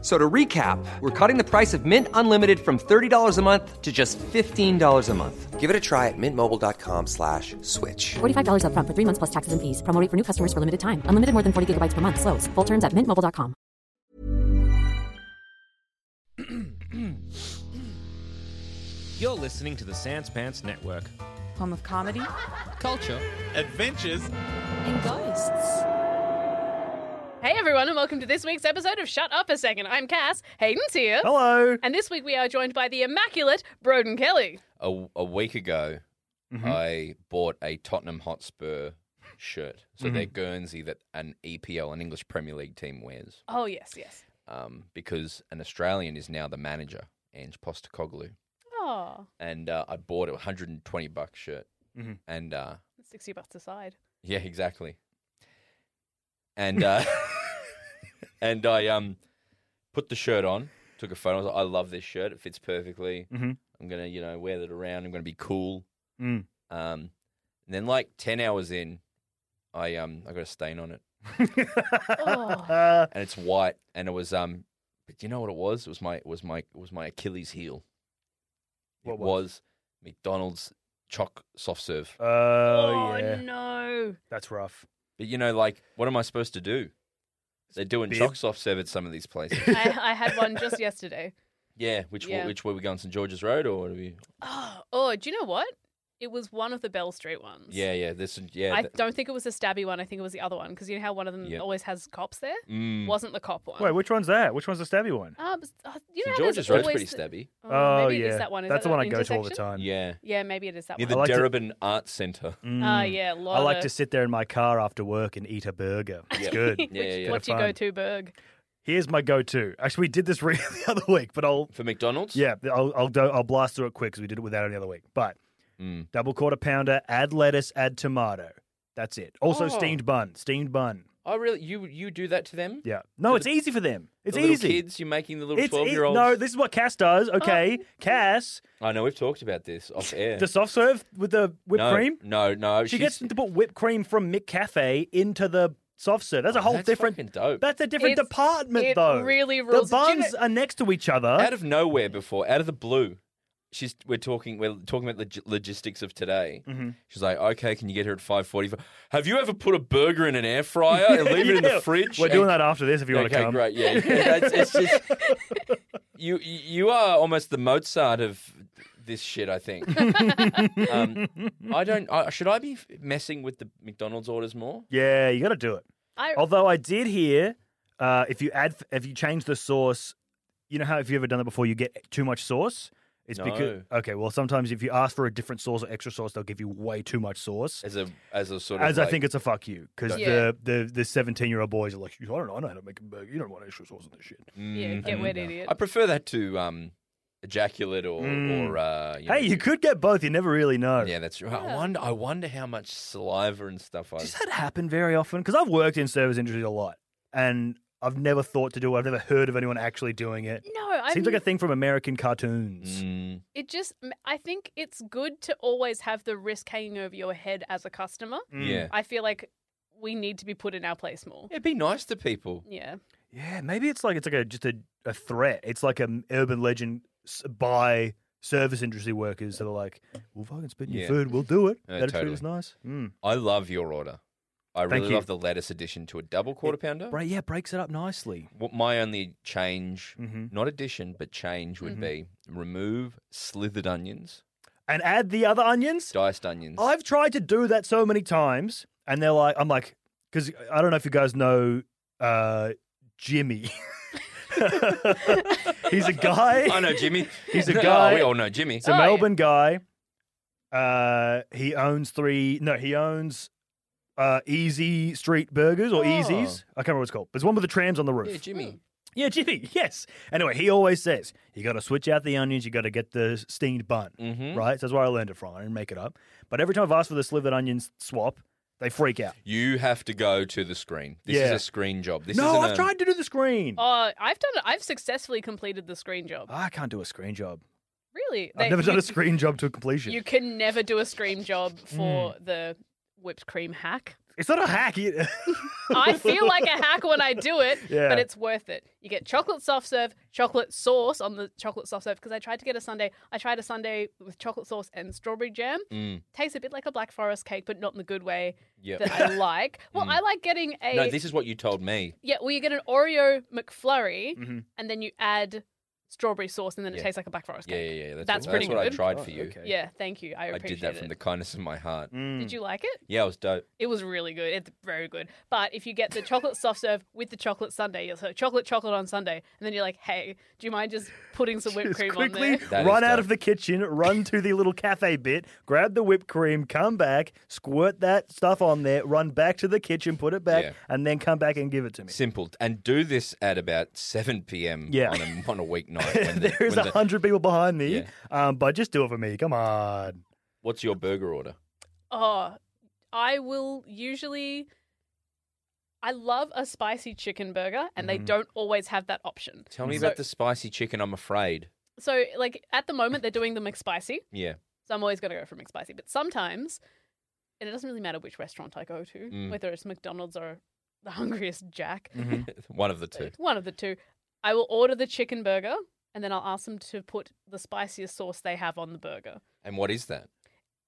So to recap, we're cutting the price of Mint Unlimited from $30 a month to just $15 a month. Give it a try at mintmobile.com slash switch. $45 upfront for three months plus taxes and fees. Promo rate for new customers for limited time. Unlimited more than 40 gigabytes per month. Slows. Full terms at mintmobile.com. You're listening to the Sans Pants Network. Home of comedy. culture. Adventures. And ghosts. Hey everyone, and welcome to this week's episode of Shut Up a Second. I'm Cass. Hayden's here. Hello. And this week we are joined by the immaculate Broden Kelly. A, a week ago, I bought a Tottenham Hotspur shirt. So they're Guernsey that an EPL, an English Premier League team, wears Oh yes, yes. um, because an Australian is now the manager, Ange Postacoglu. Oh, And uh, I bought a 120 buck shirt. Mhm. And uh, sixty bucks aside. yeah, exactly. And uh, and I um put the shirt on, took a photo. I was like, I love this shirt. It fits perfectly. Mhm. I'm gonna, you know, wear it around. I'm gonna be cool. Mm. Um, and then like ten hours in, I um I got a stain on it, Oh. and it's white, and it was um, but you know what it was? It was my it was my it was my Achilles heel. What it was? was McDonald's choc soft serve. Oh, yeah, no. that's rough. But you know, like, what am I supposed to do? They're doing Bib. choc soft serve at some of these places. I, I had one just yesterday. yeah, which wa- Yeah. which way we going? St George's Road or what are we? Oh, oh, do you know what? It was one of the Bell Street ones. Yeah, yeah, this yeah. I th- don't think it was the stabby one. I think it was the other one because you know how one of them Yeah. always has cops there. Mm. Wasn't the cop one? Wait, which one's that? Which one's the stabby one? Ah, but- oh, you know St how there's George's Road's always pretty the- stabby. Oh, maybe it yeah, is that one. Is that's that the one that I go to all the intersection? time. Yeah, Yeah, maybe it is that near one. the like to- Derribin Arts Centre. Ah, Mm. yeah, a lot I like of- to sit there in my car after work and eat a burger. It's Yeah. good. Yeah, yeah, yeah. What's Bit your go of fun. to Berg? Here's my go-to. Actually, we did this really the other week, but I'll For McDonald's? yeah, I'll I'll, do, I'll blast through it quick because we did it without any other week. But Mm. double quarter pounder, add lettuce, add tomato. That's it. Also Oh. steamed bun, steamed bun. Oh, really? You you do that to them? Yeah. No, it's easy for them. It's the little easy. Kids, you're making the little It's e- twelve year olds. no. This is what Cass does. Oh. Okay, Cass, I know we've talked about this off air. the soft serve with the whipped no, cream. No, no. She she's- gets them to put whipped cream from Mick Cafe into the soft serve. That's a Oh, whole that's fucking different. dope. That's a different It's- department, it though. really the rules. Do you buns know- are next to each other. out of nowhere before, out of the blue. She's we're talking we're talking about log- logistics of today. Mm-hmm. She's like, okay, can you get here at five forty five? Have you ever put a burger in an air fryer and leave it in Yeah. the fridge? We're doing And- that after this if you want to okay, come. great. Yeah, That's- it's just you. You are almost the Mozart of this shit. I think. um, I don't. I, should I be f- messing with the McDonald's orders more? Yeah, you got to do it. I, Although I did hear, uh, if you add, if you change the sauce, you know how if you've ever done that before, you get too much sauce. It's because No. okay. Well, sometimes if you ask for a different sauce or extra sauce, they'll give you way too much sauce. As a as a sort of As I like- think it's a fuck you because Don't- the the the seventeen year old boys are like, I don't know, I know how to make a burger. You don't want extra sauce on this shit. yeah, Mm. get wet, idiot. I prefer that to um, ejaculate or Mm. or uh, you Hey, know, you could get both. You never really know. Yeah, that's right. I Yeah. wonder. I wonder how much saliva and stuff. I Does that happen very often? Because I've worked in service industry a lot, and I've never thought to do it. I've never heard of anyone actually doing it. no, I Seems like a thing from American cartoons. Mm, it just. I think it's good to always have the risk hanging over your head as a customer. Mm. Yeah. I feel like we need to be put in our place more. It'd be nice to people. Yeah, Yeah, maybe it's like it's like a just a, a threat. It's like an urban legend s- by service industry workers that are like, "We'll fucking spit in Yeah. your food. We'll do it. Yeah, That'll treat totally. us nice." Mm. I love your order. I Thank really you. love the lettuce addition to a double quarter pounder. Right? Yeah, breaks it up nicely. What my only change, Mhm. not addition, but change Mm-hmm. would be remove slithered onions, And add the other onions. diced onions. I've tried to do that so many times, and they're like, I'm like, because I don't know if you guys know uh, Jimmy. He's a guy. I know Jimmy. He's a Oh, guy. we all know Jimmy. He's a Oh, yeah. Melbourne guy. Uh, he owns three. No, he owns uh, Easy Street Burgers or Oh. Easies. I can't remember what it's called. There's one with the trams on the roof. yeah, Jimmy. Yeah, Jimmy. Yes. Anyway, he always says you got to switch out the onions. You got to get the steamed bun. Mm-hmm. Right. So that's where I learned it from. I didn't make it up. But every time I've asked for the slivered onions swap, They freak out. You have to go to the screen. This Yeah. is a screen job. This no, isn't I've a- tried to do the screen. Uh, I've done. I've successfully completed the screen job. I can't do a screen job. Really, I've They- never you- done a screen job Mm. to completion. You can never do a screen job for the whipped cream hack. It's not a hack. it- I feel like a hack when I do it, Yeah. but it's worth it. You get chocolate soft serve, chocolate sauce on the chocolate soft serve because I tried to get a sundae. I tried a sundae with chocolate sauce and strawberry jam. Mm, Tastes a bit like a black forest cake, but not in the good way yep. Mm. that I like. Well, I like getting a No, this is what you told me. yeah. Well, you get an Oreo McFlurry, Mhm. and then you add strawberry sauce, and then it Yeah. tastes like a black forest Yeah, cake. yeah, yeah. That's, That's what, pretty that's what I good. tried for you. Oh, okay. Yeah, thank you. I I appreciate did that from it. the kindness of my heart. Mm. Did you like it? Yeah, it was dope. It was really good. It's very good. But if you get the chocolate soft serve with the chocolate sundae, so chocolate chocolate on Sunday, and then you're like, hey, do you mind just putting some whipped Just cream on quickly there? That run is out dumb. of the kitchen, run to the little cafe bit, grab the whipped cream, come back, squirt that stuff on there, run back to the kitchen, put it back, Yeah. and then come back and give it to me. Simple. And do this at about 7 p.m. Yeah. on, a, on a weeknight. When the, There's when the- a hundred people behind me, Yeah. um, but just do it for me. Come on. What's your burger order? Oh, I will usually. I love a spicy chicken burger, and they don't always have that option. Mm-hmm. Tell me So- about the spicy chicken, I'm afraid. So, like at the moment, they're doing the McSpicy, Yeah. so I'm always going to go for McSpicy. But sometimes, and it doesn't really matter which restaurant I go to, Mm. whether it's McDonald's or the Hungriest Jack. Mm. One of the two. One of the two. I will order the chicken burger and then I'll ask them to put the spiciest sauce they have on the burger. And what is that?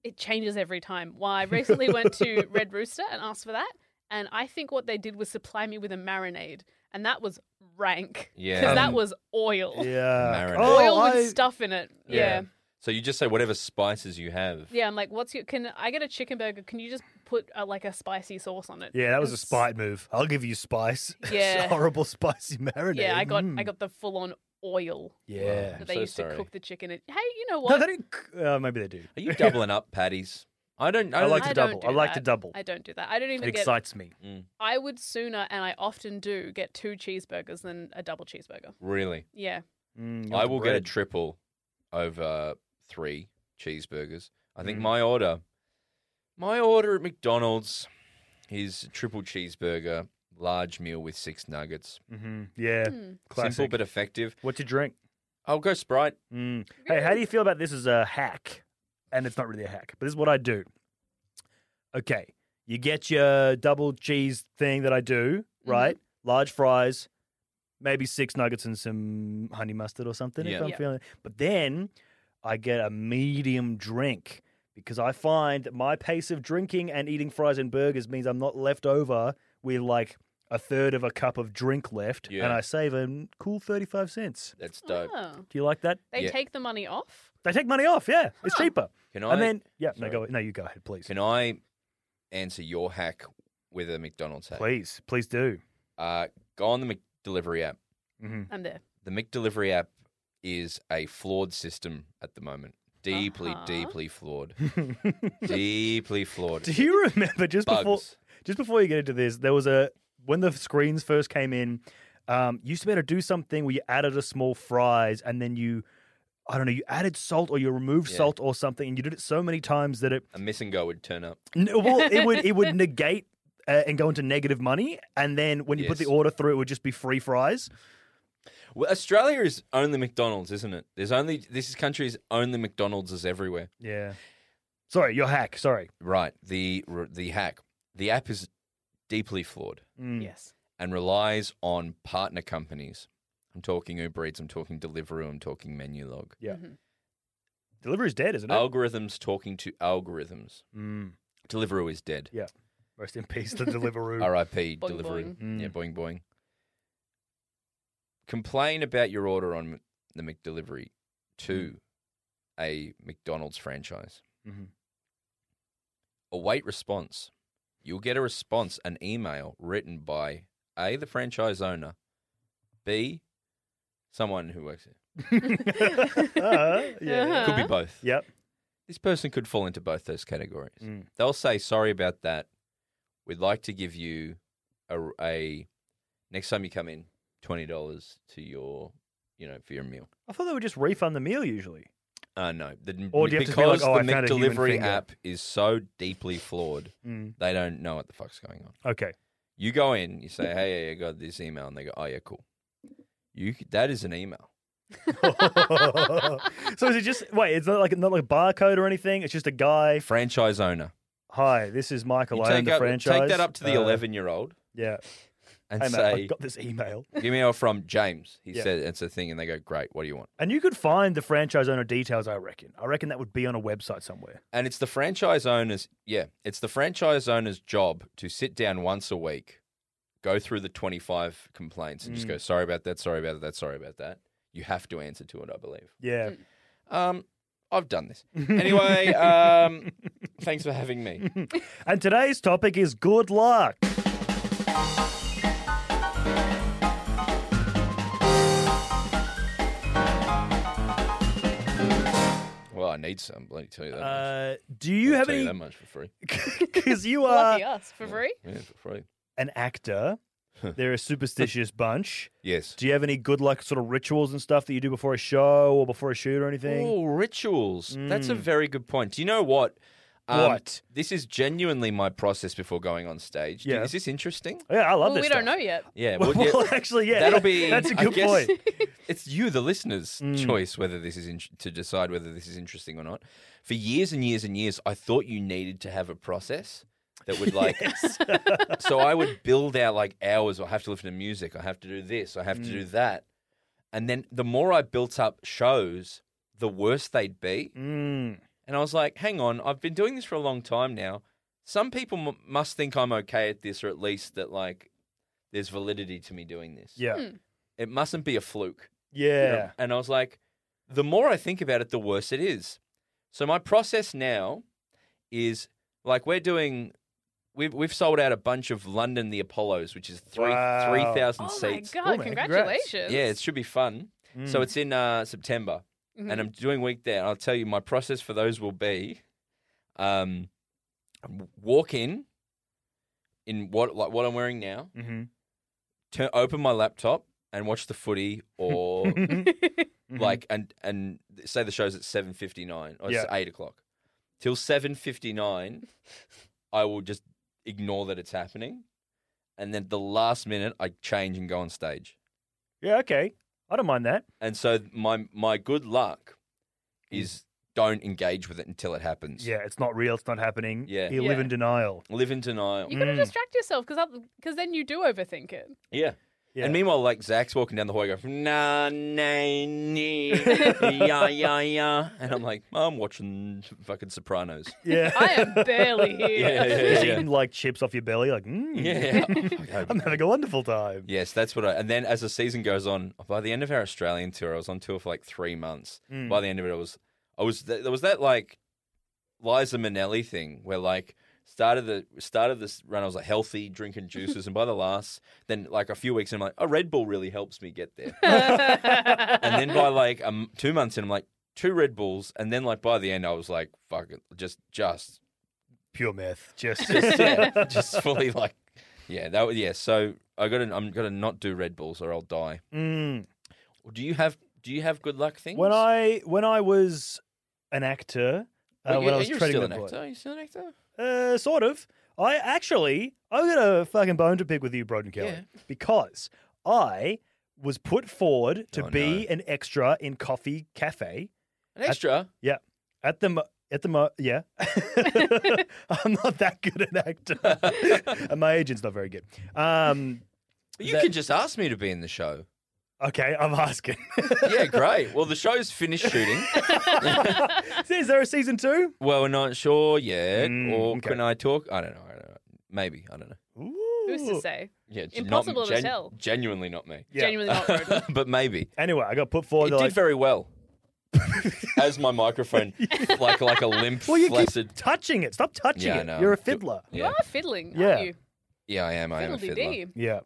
It changes every time. Well, I recently went to Red Rooster and asked for that. And I think what they did was supply me with a marinade. And that was rank. Yeah. Because that Um, was oil. Yeah. Oh, Marinade. Oil with I- stuff in it. Yeah. yeah. So you just say whatever spices you have. I'm like, what's your, can I get a chicken burger? Can you just put uh like a spicy sauce on it? Yeah, that was a It's- spite move. I'll give you spice. It's Yeah. horrible spicy marinade. Yeah, I got, I Mm. got the full on oil Yeah. I'm that they so used sorry. to cook the chicken in. Hey, you know what? No, they didn't. c- Uh, maybe they do. Are you doubling up patties? I don't. I, I don't like to think- don't double. do I like to that. double. I don't do that. I don't It even get. excites me. I would sooner, and I often do, get two cheeseburgers than a double cheeseburger. Really, Yeah. Mm, you I want will the get a bread. triple over three cheeseburgers. I Mm. think my order, my order at McDonald's, is triple cheeseburger, large meal with six nuggets. Mhm. Yeah, Mm. classic. Simple but effective. What to drink? I'll go Sprite. Mm. Hey, how do you feel about this as a hack? And it's not really a hack, but this is what I do. Okay, you get your double cheese thing that I do, Mm-hmm. right? Large fries, maybe six nuggets and some honey mustard or something if Yeah. I'm Yeah. feeling. But then I get a medium drink because I find that my pace of drinking and eating fries and burgers means I'm not left over with like a third of a cup of drink left, and Yeah. I save a cool thirty-five cents. That's dope. Oh. Do you like that? They Yeah. take the money off. They take money off. Yeah, it's cheaper. Can I? And then yeah, Sorry. no, go no, you go ahead, please, can I answer your hack with a McDonald's hack? please, please do. Uh, go on the Mc- delivery app. Mm-hmm. I'm there. the McDelivery app is a flawed system at the moment. Deeply, Uh-huh. deeply flawed. deeply flawed. Do you remember just before Bugs. just before you get into this, there was a when the screens first came in, um, you used to be able to do something where you added a small fries and then you, I don't know, you added salt or you removed Yeah. Um, salt or something, and you did it so many times that it A miss and go would turn up. N- Well, it would it would negate uh, and go into negative money, and then when you put the Yes. order through, it would just be free fries. Well, Australia is only McDonald's, isn't it? There's only this country's only McDonald's is everywhere. Yeah. Sorry, your hack. Sorry. Right. The the hack. The app is deeply flawed Mm. Yes. and relies on partner companies. I'm talking Uber Eats. I'm talking Deliveroo. I'm talking Menulog. Yeah. Delivery's dead, isn't it? Algorithms talking to algorithms. Mm. Deliveroo is dead. Yeah. Rest in peace, the Deliveroo. R.I.P. Boing, Deliveroo. boing. Yeah, Mm. boing boing. Complain about your order on the McDelivery Mm. to a McDonald's franchise. Mhm. Await response. You'll get a response, an email written by a the franchise owner, b someone who works here. Uh, yeah. Could be both. Yep. This person could fall into both those categories. Mm. They'll say, "Sorry about that. We'd like to give you a, a next time you come in, twenty dollars to your, you know, for your meal." I thought they would just refund the meal usually. Uh, no, the, Or do you have to be like, because "Oh, I the found a human McDelivery finger"? app is so deeply flawed, Mm. they don't know what the fuck's going on. Okay. You go in, you say, "Hey, I got this email," and they go, "Oh yeah, cool." You c- that is an email. so is it just wait? It's not like not like a barcode or anything. It's just a guy. Franchise owner. Hi, this is Michael. You I own take, the up- franchise. take that up to the Uh, eleven-year-old Yeah. and Hey, mate, I say, got this email, "Give me a from James." He Yeah. said it's a thing, and they go, "Great, what do you want?" and you could find the franchise owner details. I reckon. I reckon that would be on a website somewhere. And it's the franchise owner's yeah, it's the franchise owner's job to sit down once a week, go through the twenty five complaints and just Mm. go, sorry about that, sorry about that, sorry about that. You have to answer to it, I believe. Yeah. Um, I've done this. Anyway, um, thanks for having me. And today's topic is good luck. Well, I need some, bloody tell you that much. Uh, do you I'll have tell you any? that much for free. Because you are Lucky us for free. Yeah, for free. an actor. They're a superstitious bunch. Yes. Do you have any good luck sort of rituals and stuff that you do before a show or before a shoot or anything? Oh, rituals. That's a very good point. Do you know what? Mm. Um, What? This is genuinely my process before going on stage. Do- Yeah. Is this interesting? Oh, Yeah, I love Well, this. we don't know stuff. yet. Yeah. Well, yeah. actually, yeah, That'll be. that's a I good guess point. Mm. It's you, the listener's choice, whether this is in, to decide whether this is interesting or not. For years and years and years, I thought you needed to have a process that would like. so I would build out like hours. I have to listen to music. I have to do this. I have to Mm. do that. And then the more I built up shows, the worse they'd be. Mm. And I was like, hang on, I've been doing this for a long time now. Some people m- must think I'm okay at this, or at least that like there's validity to me doing this. Yeah. Hmm. It mustn't be a fluke. Um, Yeah. And I was like, the more I think about it, the worse it is. So my process now is like we're doing. We've, we've sold out a bunch of London the Apollos, which is three Wow. three thousand Oh seats. my Cool, god! man. Congrats. Congratulations. Yeah, it should be fun. Mm. So it's in uh, September, Mm-hmm. and I'm doing week there. And I'll tell you, my process for those will be, um, walk in, in what like what I'm wearing now. Mhm. Turn open my laptop and watch the footy, or Mm-hmm. like and and say the show's at seven fifty nine or it's Yeah. eight o'clock till seven fifty nine. I will just ignore that it's happening, and then the last minute I change and go on stage. Yeah. Okay. I don't mind that. And so my my good luck is don't engage with it until it happens. Mm. Yeah. It's not real. It's not happening. Yeah. You live Yeah. in denial. Live in denial. You got Hmm. to distract yourself because because then you do overthink it. Yeah. Yeah. And meanwhile, like Zach's walking down the hallway going, nah, nah, nah, yeah, yeah, yeah. And I'm like, I'm watching fucking Sopranos. Yeah. I am barely here. Yeah, yeah, Just yeah. yeah. eating like chips off your belly. Like. Mm, Yeah, yeah. I'm having a wonderful time. Yes, that's what I. And then as the season goes on, by the end of our Australian tour, I was on tour for like three months. By the end of it, I was, I was th- there was that like Liza Minnelli thing where like started the started this run, I was like healthy drinking juices, and by the last, then like a few weeks, in, I'm like, oh, Red Bull really helps me get there. and then by like um, two months in, I'm like two Red Bulls, and then like by the end, I was like, fuck it, just just Pure myth. Just. just, yeah, just fully like, yeah, that was yeah. So I got to I'm gonna not do Red Bulls or I'll die. Mm. Do you have Do you have good luck things? When I when I was an actor, uh, Well, when I you- was you're training still the an boy- actor. Are you still an actor? Uh, sort of. I actually, I've got a fucking bone to pick with you, Broden Kelly, Yeah. because I was put forward to Oh, be an extra in Coffee Cafe. An extra? Yeah, at the mo- at the mo- yeah, I'm not that good an actor, and my agent's not very good. Um, you can just ask me to be in the show. okay, I'm asking. yeah, great. Well, the show's finished shooting. Is there a season two? well, we're not sure yet. Mm, or okay. can I talk? I don't know. I don't know. Maybe I don't know. Who's Ooh. to say? Yeah, not- Impossible to tell. Genuinely not me. Yeah. Genuinely not Broden. but maybe Anyway, I got put forward. it they're did like, very well. As my microphone, like like a limp, well, you flaccid. keep touching it. Stop touching Yeah, I it. know. You're a I'm do- fiddler. You Yeah. are fiddling, Yeah. aren't you? Yeah, I am. I am a Fiddle dee fiddler. Yeah.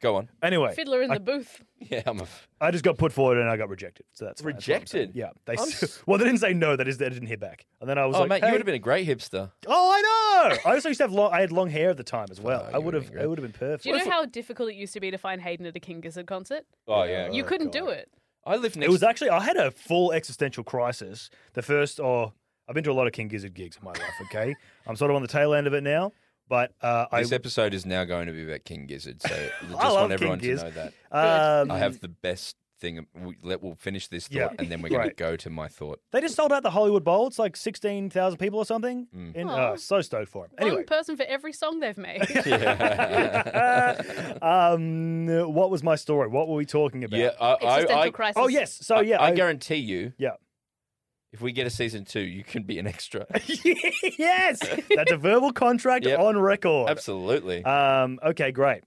Go on. Anyway, Fiddler in the booth. Yeah, I'm a. f- I just got put forward and I got rejected. So that's fine. That's what I'm Rejected? saying. yeah, they I'm s- s- well, they didn't say no. That is, they didn't hear back. And then I was Oh, like, mate, hey- you would have been a great hipster. Oh, I know. I also used to have long. I had long hair at the time as well. Oh, I you would would've have. been It would have been perfect. Uh, Do you know how difficult it used to be to find Hayden at a King Gizzard concert? Oh yeah. You couldn't do it. I live next. It was actually I had a full existential crisis. The first, oh, I've been to a lot of King Gizzard gigs in my life. Okay, I'm sort of on the tail end of it now, but uh, I this episode is now going to be about King Gizzard, so I just love want King everyone Giz. to know that um, I have the best thing. We, let we'll finish this thought, Yeah. and then we're going Right. to go to my thought. they just sold out the Hollywood Bowl. It's like sixteen thousand people or something. Mm. And Aw. uh, so stoked for him. Anyway, One person for every song they've made. um, what was my story? What were we talking about? Yeah, I, Existential I, I, crisis. Oh yes. So I- yeah, I, guarantee you, Yeah. if we get a season two, you can be an extra. yes, that's a verbal contract Yep. on record. Absolutely. Um, okay, great.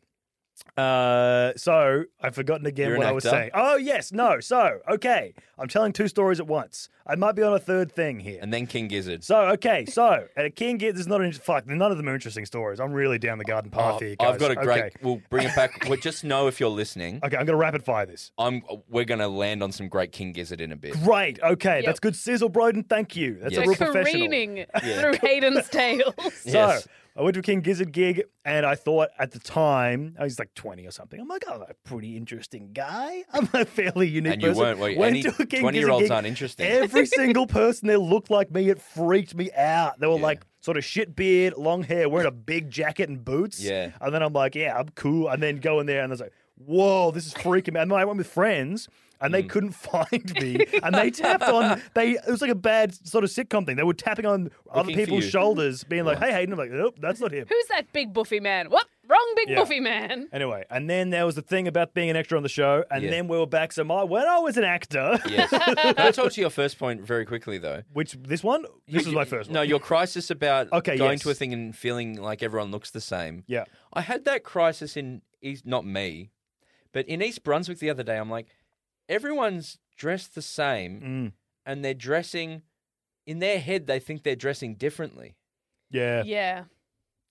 Uh, so I've forgotten again You're an what I was actor? saying. Oh yes, no. So okay, I'm telling two stories at once. I might be on a third thing here. and then King Gizzard. so okay, so uh, at a king get there's not an fuck. None of them are interesting stories. I'm really down the garden path Oh, here. Guys. I've got a great. Okay. We'll bring it back. well, just know if you're listening, okay, I'm gonna rapid fire this. I'm. We're going to land on some great King Gizzard in a bit. Great. Okay, Yep. that's good sizzle, Broden. Thank you. That's Yes. a They're real professional. careening through Hayden's tales. So Yes. I went to a King Gizzard gig, and I thought at the time I was like twenty or something. I'm like, I'm a pretty interesting guy. I'm a fairly unique. And you person. weren't, were you? Any 20-year-olds aren't interesting. Every single person there looked like me. It freaked me out. They were Yeah. like sort of shit beard, long hair, wearing a big jacket and boots. Yeah. And then I'm like, yeah, I'm cool. And then go in there, and I was like, whoa, this is freaking me. And then I went with friends. And Mm. they couldn't find me, and they tapped on. They it was like a bad sort of sitcom thing. They were tapping on other Looking for people's you. shoulders, being like, "Hey, Hayden," I'm like, "Nope, that's not him." Who's that big buffy man? What? Wrong big Yeah. buffy man. Anyway, and then there was the thing about being an extra on the show, and Yeah. then we were back. So my when I was an actor, Yes. Can I talk to your first point very quickly though? which this one, this is my first one. No, your crisis about Okay, going yes. to a thing and feeling like everyone looks the same. Yeah. I had that crisis in East, not me, but in East Brunswick the other day. I'm like, everyone's dressed the same, Mm. and they're dressing in their head. They think they're dressing differently. yeah, Yeah,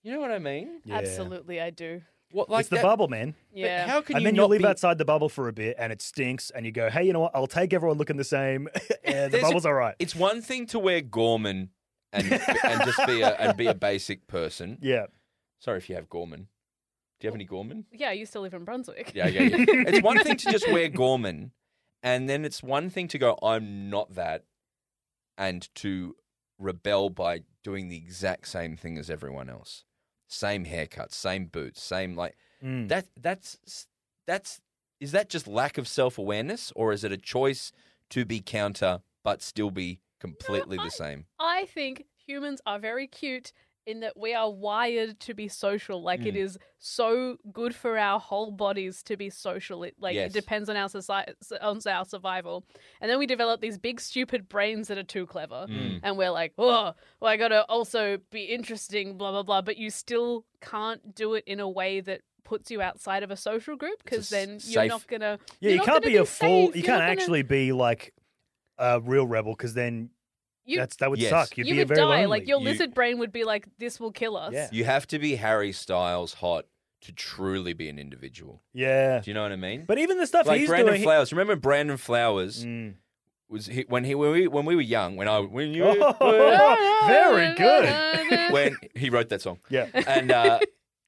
You know what I mean? Yeah. absolutely, I do. What like it's the that- bubble, man. but Yeah. How can And you then you not leave be- outside the bubble for a bit, and it stinks. And you go, "Hey, you know what? I'll take everyone looking the same. and the There's a- bubble's all right." It's one thing to wear Gorman and and just be a and be a basic person. Yeah, Sorry if you have Gorman. Do you have any Gorman? Yeah, I used to live in Brunswick. Yeah, yeah, yeah. it's one thing to just wear Gorman, and then it's one thing to go, I'm not that, and to rebel by doing the exact same thing as everyone else. Same haircut, same boots, same like Mm. that. That's that's is that just lack of self awareness, or is it a choice to be counter but still be completely the same? I think humans are very cute in that we are wired to be social. Like Mm. it is so good for our whole bodies to be social. It like Yes. it depends on our society, on our survival. And then we develop these big stupid brains that are too clever, Mm. and we're like, oh, well, I gotta also be interesting, blah blah blah. But you still can't do it in a way that puts you outside of a social group because It's a s- then you're safe- not gonna yeah. you're You not can't gonna be a full. safe. You You're can't not gonna- actually be like a real rebel because then you- that's that would Yes. suck. You'd you be a would very die. lonely. Like your You- lizard brain would be like, "This will kill us." Yeah. You have to be Harry Styles hot to truly be an individual. yeah. Do you know what I mean? But even the stuff like he's Brandon doing, he- Flowers. Remember Brandon Flowers Mm. was he, when he when we when we were young when I when you Oh, very good. when he wrote that song Yeah. and uh,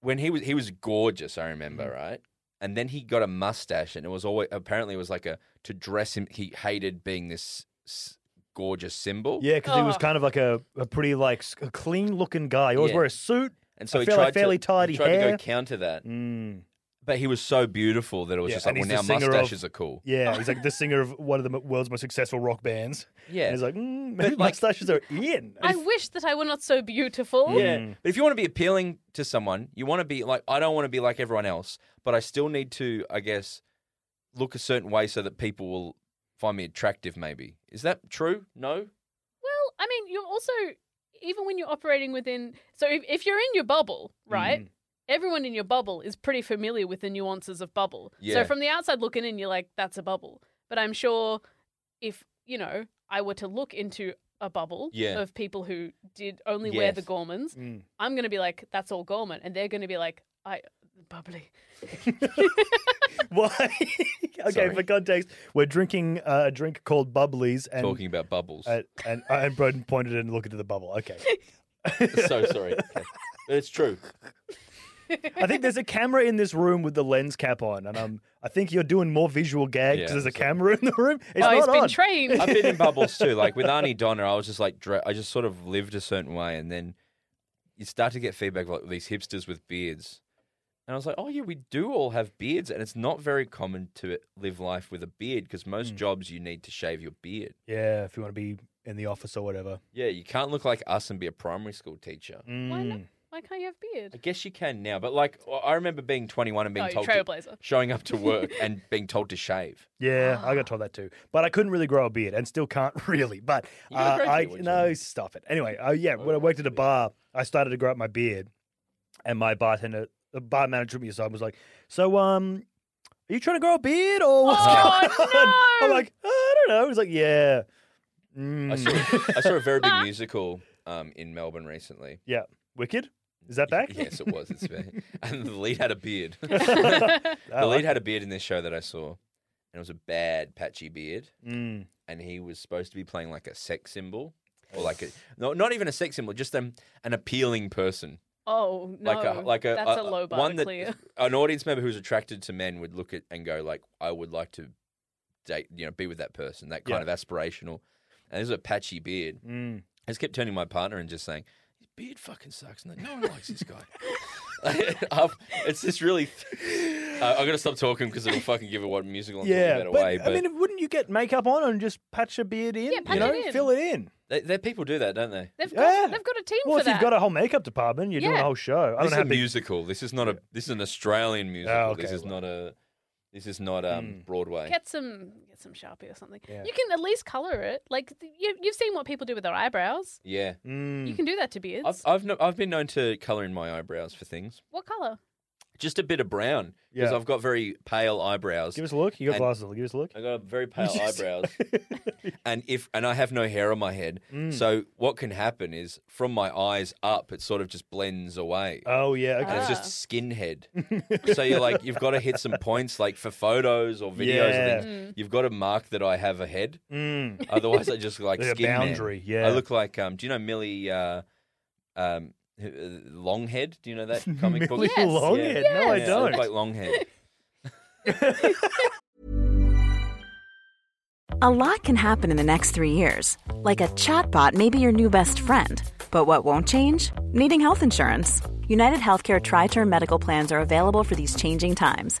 when he was he was gorgeous. I remember Mm-hmm. right. And then he got a mustache, and it was always apparently it was like a to dress him. He hated being this s- gorgeous symbol. Yeah, because he was Oh. kind of like a, a pretty like s- a clean looking guy. He always Yeah. wear a suit. and so I he feel tried like fairly to, tidy he tried to hair. go counter that. Mm. But he was so beautiful that it was Yeah, just like, and well, now he's the singer of- mustaches are cool. Yeah, he's like the singer of one of the m- world's most successful rock bands. Yeah, And he's like, mm, maybe like- mustaches are in. I wish that I were not so beautiful. Yeah. But if you want to be appealing to someone, you want to be like, I don't want to be like everyone else, but I still need to, I guess, look a certain way so that people will find me attractive, maybe. Is that true? No? Well, I mean, you're also even when you're operating within. So if, if you're in your bubble, right? Mm. Everyone in your bubble is pretty familiar with the nuances of bubble. Yeah. So from the outside looking in, you're like, "That's a bubble." But I'm sure if you know, I were to look into a bubble Yeah. of people who did only wear Yes. the Gormans, Mm. I'm going to be like, "That's all Gorman," and they're going to be like, "I bubbly." Why? okay, Sorry. for context, we're drinking uh, a drink called Bubblies, and Talking about bubbles. uh, and uh, and Broden pointed and looked into the bubble. Okay, so sorry. Okay. But it's true. I think there's a camera in this room with the lens cap on, and um, I think you're doing more visual gag Yeah, because there's a so- camera in the room. It's oh, not he's been on. trained. I've been in bubbles too. Like with Arnie Donner, I was just like, dre- I just sort of lived a certain way, and then you start to get feedback like these hipsters with beards, and I was like, oh yeah, we do all have beards, and it's not very common to live life with a beard because most jobs you need to shave your beard. yeah, if you want to be in the office or whatever. Yeah, you can't look like us and be a primary school teacher. Mm. Why, Mm. not? Why can't you have beard? I guess you can now, but like I- I remember being 21 and being Oh, you're told trailblazer. to, showing up to work and being told to shave. Yeah, I got told that too, but I couldn't really grow a beard, and still can't really. But uh, You got a great I beard, what you no mean? stop it. Anyway, oh yeah, when I worked at a bar, I started to grow out my beard, and my bartender, the bar manager, took me aside and was like, "So, um, are you trying to grow a beard or what's Oh, going on?" I'm like, "Oh, "I don't know." He's like, "Yeah, Mm. I, saw, I saw a very big Ah. musical um, in Melbourne recently. yeah, wicked." Is that back? Yes, it was. It's very... and the lead had a beard. the lead had a beard in this show that I saw, and it was a bad patchy beard. Mm. And he was supposed to be playing like a sex symbol, or like a no, not even a sex symbol, just um, an appealing person, Oh no, like a like a that's a, low bar one to that clear. an audience member who's attracted to men would look at and go like, I would like to date, you know, be with that person, that kind Yeah. of aspirational. And there's a patchy beard. Mm. I just kept turning to my partner and just saying, "His beard fucking sucks." and No one likes this guy. I've- it's just really. I I'm gonna stop talking because it'll fucking give it what musical I'm Yeah, talking about but, away. But I mean, wouldn't you get makeup on and just patch a beard in? Yeah, patch you know, it in. fill it in. they, they people do that, don't they? They've got Yeah. they've got a team Well, for if that. you've got a whole makeup department, you're doing Yeah. a whole show. I This don't is know a how big musical. This is not a. This is an Australian musical. Ah, okay, This is well. Mm. not a. This is not um Broadway. Get some get some sharpie or something. You can at least color it. Like th- you, you've seen what people do with their eyebrows. yeah, Mm, You can do that to beards. Hmm. I've I've, no, I've been known to color in my eyebrows for things. What color? Just a bit of brown because Yeah. I've got very pale eyebrows. Give us a look. You got And- glasses on. Give us a look. I got very pale eyebrows, and if and I have no hair on my head, Mm. so what can happen is from my eyes up, it sort of just blends away, Oh yeah. Okay. Uh, and it's just skinhead. so you're like, you've got to hit some points, like for photos or videos. Yeah. Or things, You've got to mark that I have a head, Mm. otherwise I just look like Like a skin man. boundary, yeah. I look like um. Do you know Millie? Uh, um, who- uh, Longhead. Do you know that comic book? Millie Yes. Longhead? No, I Yeah, don't. look like Longhead. A lot can happen in the next three years. Like a chatbot may be your new best friend. But what won't change? Needing health insurance. United Healthcare Tri Term Medical Plans are available for these changing times.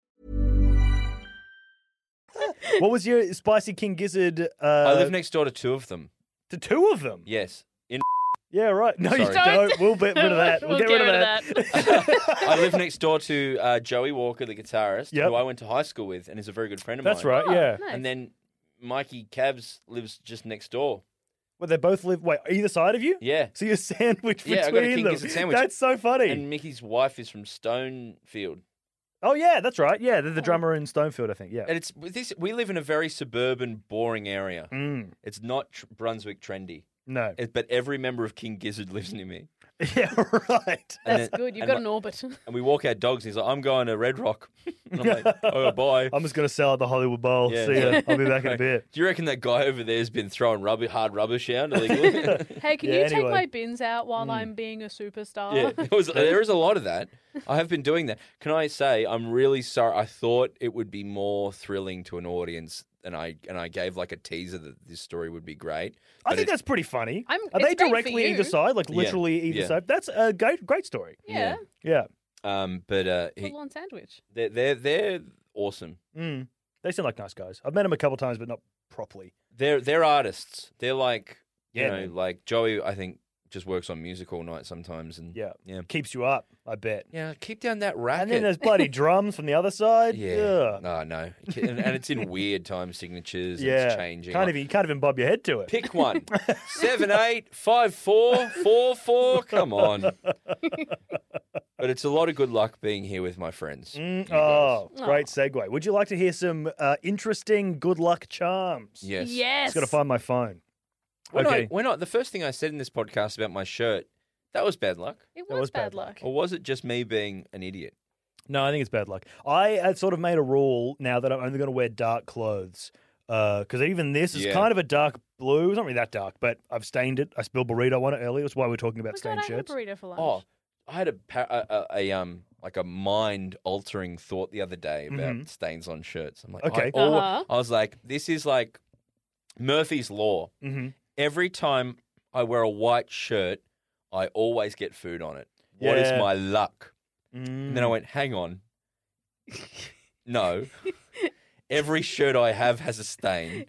what was your spicy king gizzard? Uh, I live next door to two of them. to two of them. Yes. In Yeah, right. No, you Sorry. don't. We'll get rid of that. We'll, We'll get, rid of that. I live next door to uh, Joey Walker, the guitarist, Yep. who I went to high school with and is a very good friend of That's mine. right. Uh, Yeah. Ah, Nice. And then Mikey Cabs lives just next door. Well, they both live. Wait, either side of you? Yeah. So you're sandwiched Yeah, I got a between king them. gizzard sandwich. That's so funny. And Mickey's wife is from Stonefield. oh yeah, that's right. Yeah, they're the drummer in Stonefield, I think. Yeah. Oh. And it's this we live in a very suburban, boring area. Mm, It's not tr- Brunswick trendy. no. It- but every member of King Gizzard lives near me. yeah. Right. And That's then- good. You've and got my- an orbit. And we walk our dogs and he's like, I'm going to Red Rock. And I'm like, oh, bye. I'm just gonna sell at the Hollywood Bowl. Yeah. See ya. I'll be back in a Like, bit. Do you reckon that guy over there's been throwing rubber, hard rubbish out illegally? hey, can Yeah, you anyway. take my bins out while I'm being a superstar? Hmm. yeah, it was, there is a lot of that. I have been doing that. Can I say I'm really sorry? I thought it would be more thrilling to an audience, and I and I gave like a teaser that this story would be great. I but think it- that's pretty funny. I'm- Are it's they great for directly either you. side? Like Yeah, literally either yeah. side. That's a great, great story. Yeah. Yeah. Um, but uh, he, Full on sandwich. they're, they're they're awesome. Mm. They seem like nice guys. I've met them a couple times, but not properly. They're they're artists. They're like you Yeah, know, man. like Joey. I think just works on music all night sometimes. And Yeah. yeah, Keeps you up, I bet. yeah. Keep down that racket. And then there's bloody drums from the other side. yeah, Ugh. no, no, and, and it's in weird time signatures. and yeah. it's changing. Can't Like, even, you can't even bob your head to it. Pick one. Seven, eight, five, four, four, four. Come on. But it's a lot of good luck being here with my friends. you guys. Oh, great segue. Would you like to hear some uh, interesting good luck charms? yes. Yes. Just got to find my phone. When okay. I, when I, the first thing I said in this podcast about my shirt, that was bad luck. It That was, bad luck. Oh, Or was it just me being an idiot? No, I think it's bad luck. I had sort of made a rule now that I'm only going to wear dark clothes because even this is Yeah. kind of a dark blue. It's not really that dark, but I've stained it. I spilled burrito on it earlier. That's why we are talking about We got stained I had a shirts. burrito for lunch. Oh, I had a, pa- a, a, a um like a mind altering thought the other day about stains on shirts. I'm like, Mm-hmm. Okay. I, al- Uh-huh. I was like, this is like Murphy's law. Mm-hmm. Every time I wear a white shirt, I always get food on it. What is Yeah. my luck? Mm. And then I went, hang on, no. Every shirt I have has a stain.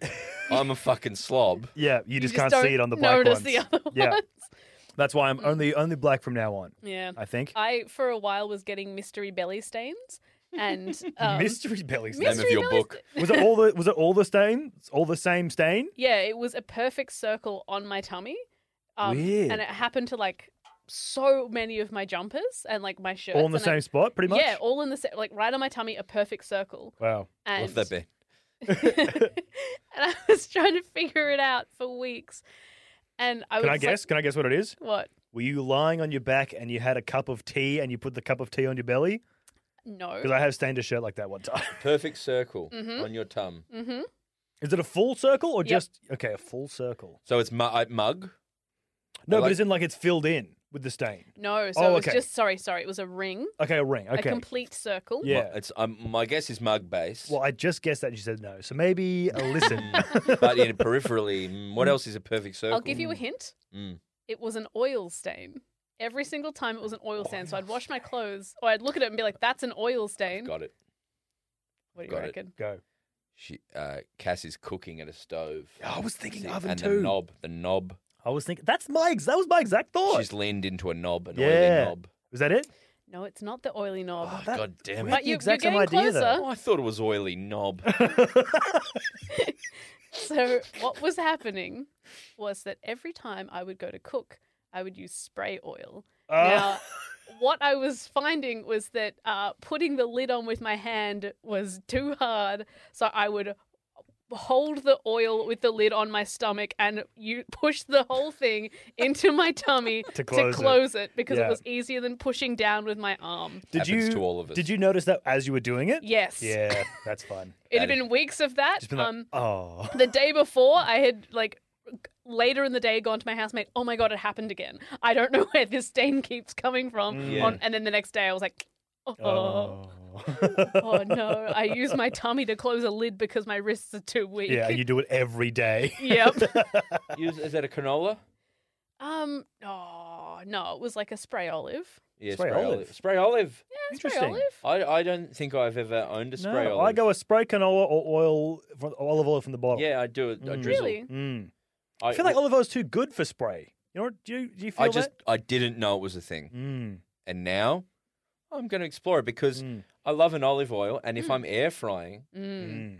I'm a fucking slob. Yeah, you just, just can't don't see it on the black notice ones. the other Yeah, ones. that's why I'm only only black from now on. Yeah. I think I for a while was getting mystery belly stains and um, mystery belly Name stain. of your belly book. was it all the was it all the stain? All the same stain? yeah, it was a perfect circle on my tummy. Um, Weird. And it happened to like so many of my jumpers and like my shirts. all in the and same I- spot, pretty much. Yeah, all in the same, like right on my tummy, a perfect circle. wow. And Love that bit. and I was trying to figure it out for weeks. And I was Can I just like, guess? Can I guess what it is? what? Were you lying on your back and you had a cup of tea and you put the cup of tea on your belly? Uh, No. Because I have stained a shirt like that one time. Perfect circle on your tum. mm-hmm. Is it a full circle or Yep. just okay? A full circle. So it's mu- uh, mug. No, but like- it's in like it's filled in with the stain. No. So Oh, it was okay. just sorry, sorry. It was a ring, Okay, a ring. Okay. a complete circle. Yeah. Mu- It's um, my guess is mug based, well, I just guessed that and you said no, so maybe a listen. but in peripherally, mm, what else is a perfect circle? I'll give you a hint. Mm. It was an oil stain. Every single time it was an oil stain. So I'd wash my clothes or I'd look at it and be like, that's an oil stain. Got it. what do you got it. reckon? Go. She, uh, Cass is cooking at a stove. I was thinking See, oven and too. the knob, the knob. I was thinking that's my ex- that was my exact thought. She's leaned into a knob, an Yeah. oily knob. Was that it? No, it's not the oily knob. Oh, that- God damn it! we had But the you- exact you're same getting idea closer. Oh, I thought it was oily knob. So what was happening was that every time I would go to cook, I would use spray oil. Oh. Uh, Now, what I was finding was that uh, putting the lid on with my hand was too hard, so I would hold the oil with the lid on my stomach and you push the whole thing into my tummy to close it. close it, because Yeah. it was easier than pushing down with my arm. Did Happens you to all of us. Did you notice that as you were doing it? Yes. Yeah, that's fun. It had been weeks of that. Just been like, um, oh, the day before I had like later in the day gone to my housemate oh my god it happened again i don't know where this stain keeps coming from Yeah. on, and then the next day i was like oh, oh. no i used my tummy to close a lid because my wrists are too weak yeah, you do it every day. yep Is, is that a canola? um oh no it was like a spray olive Yeah, Spray spray, olive. olive. Spray olive. yeah, spray Interesting. olive I, I don't think I've ever owned a spray no, olive. I go with spray canola or oil, from, olive oil from the bottle. Yeah, I do. A, a Mm. drizzle. really Mm. I, I feel like olive oil's too good for spray. You know, do you, do you feel I just that? I didn't know it was a thing. Mm. and now I'm going to explore it because Mm. I love an olive oil, and if I'm air frying, mm. Mm.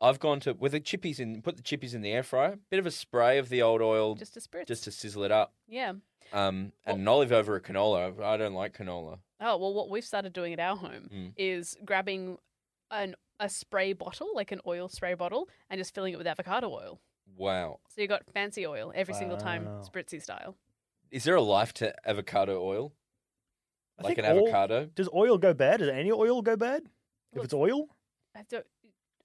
I've gone to with the chippies in, put the chippies in the air fryer, bit of a spray of the old oil Mm. just, just a spritz to sizzle it up, yeah um, and an olive over a canola. I don't like canola. Oh well, what we've started doing at our home Mm. is grabbing an a spray bottle, like an oil spray bottle, and just filling it with avocado oil. Wow, So you got fancy oil every single time, Wow. spritzy style. is there a life to avocado oil? I Like an think all- avocado? Does oil go bad? Does any oil go bad? If Well, it's oil, I don't,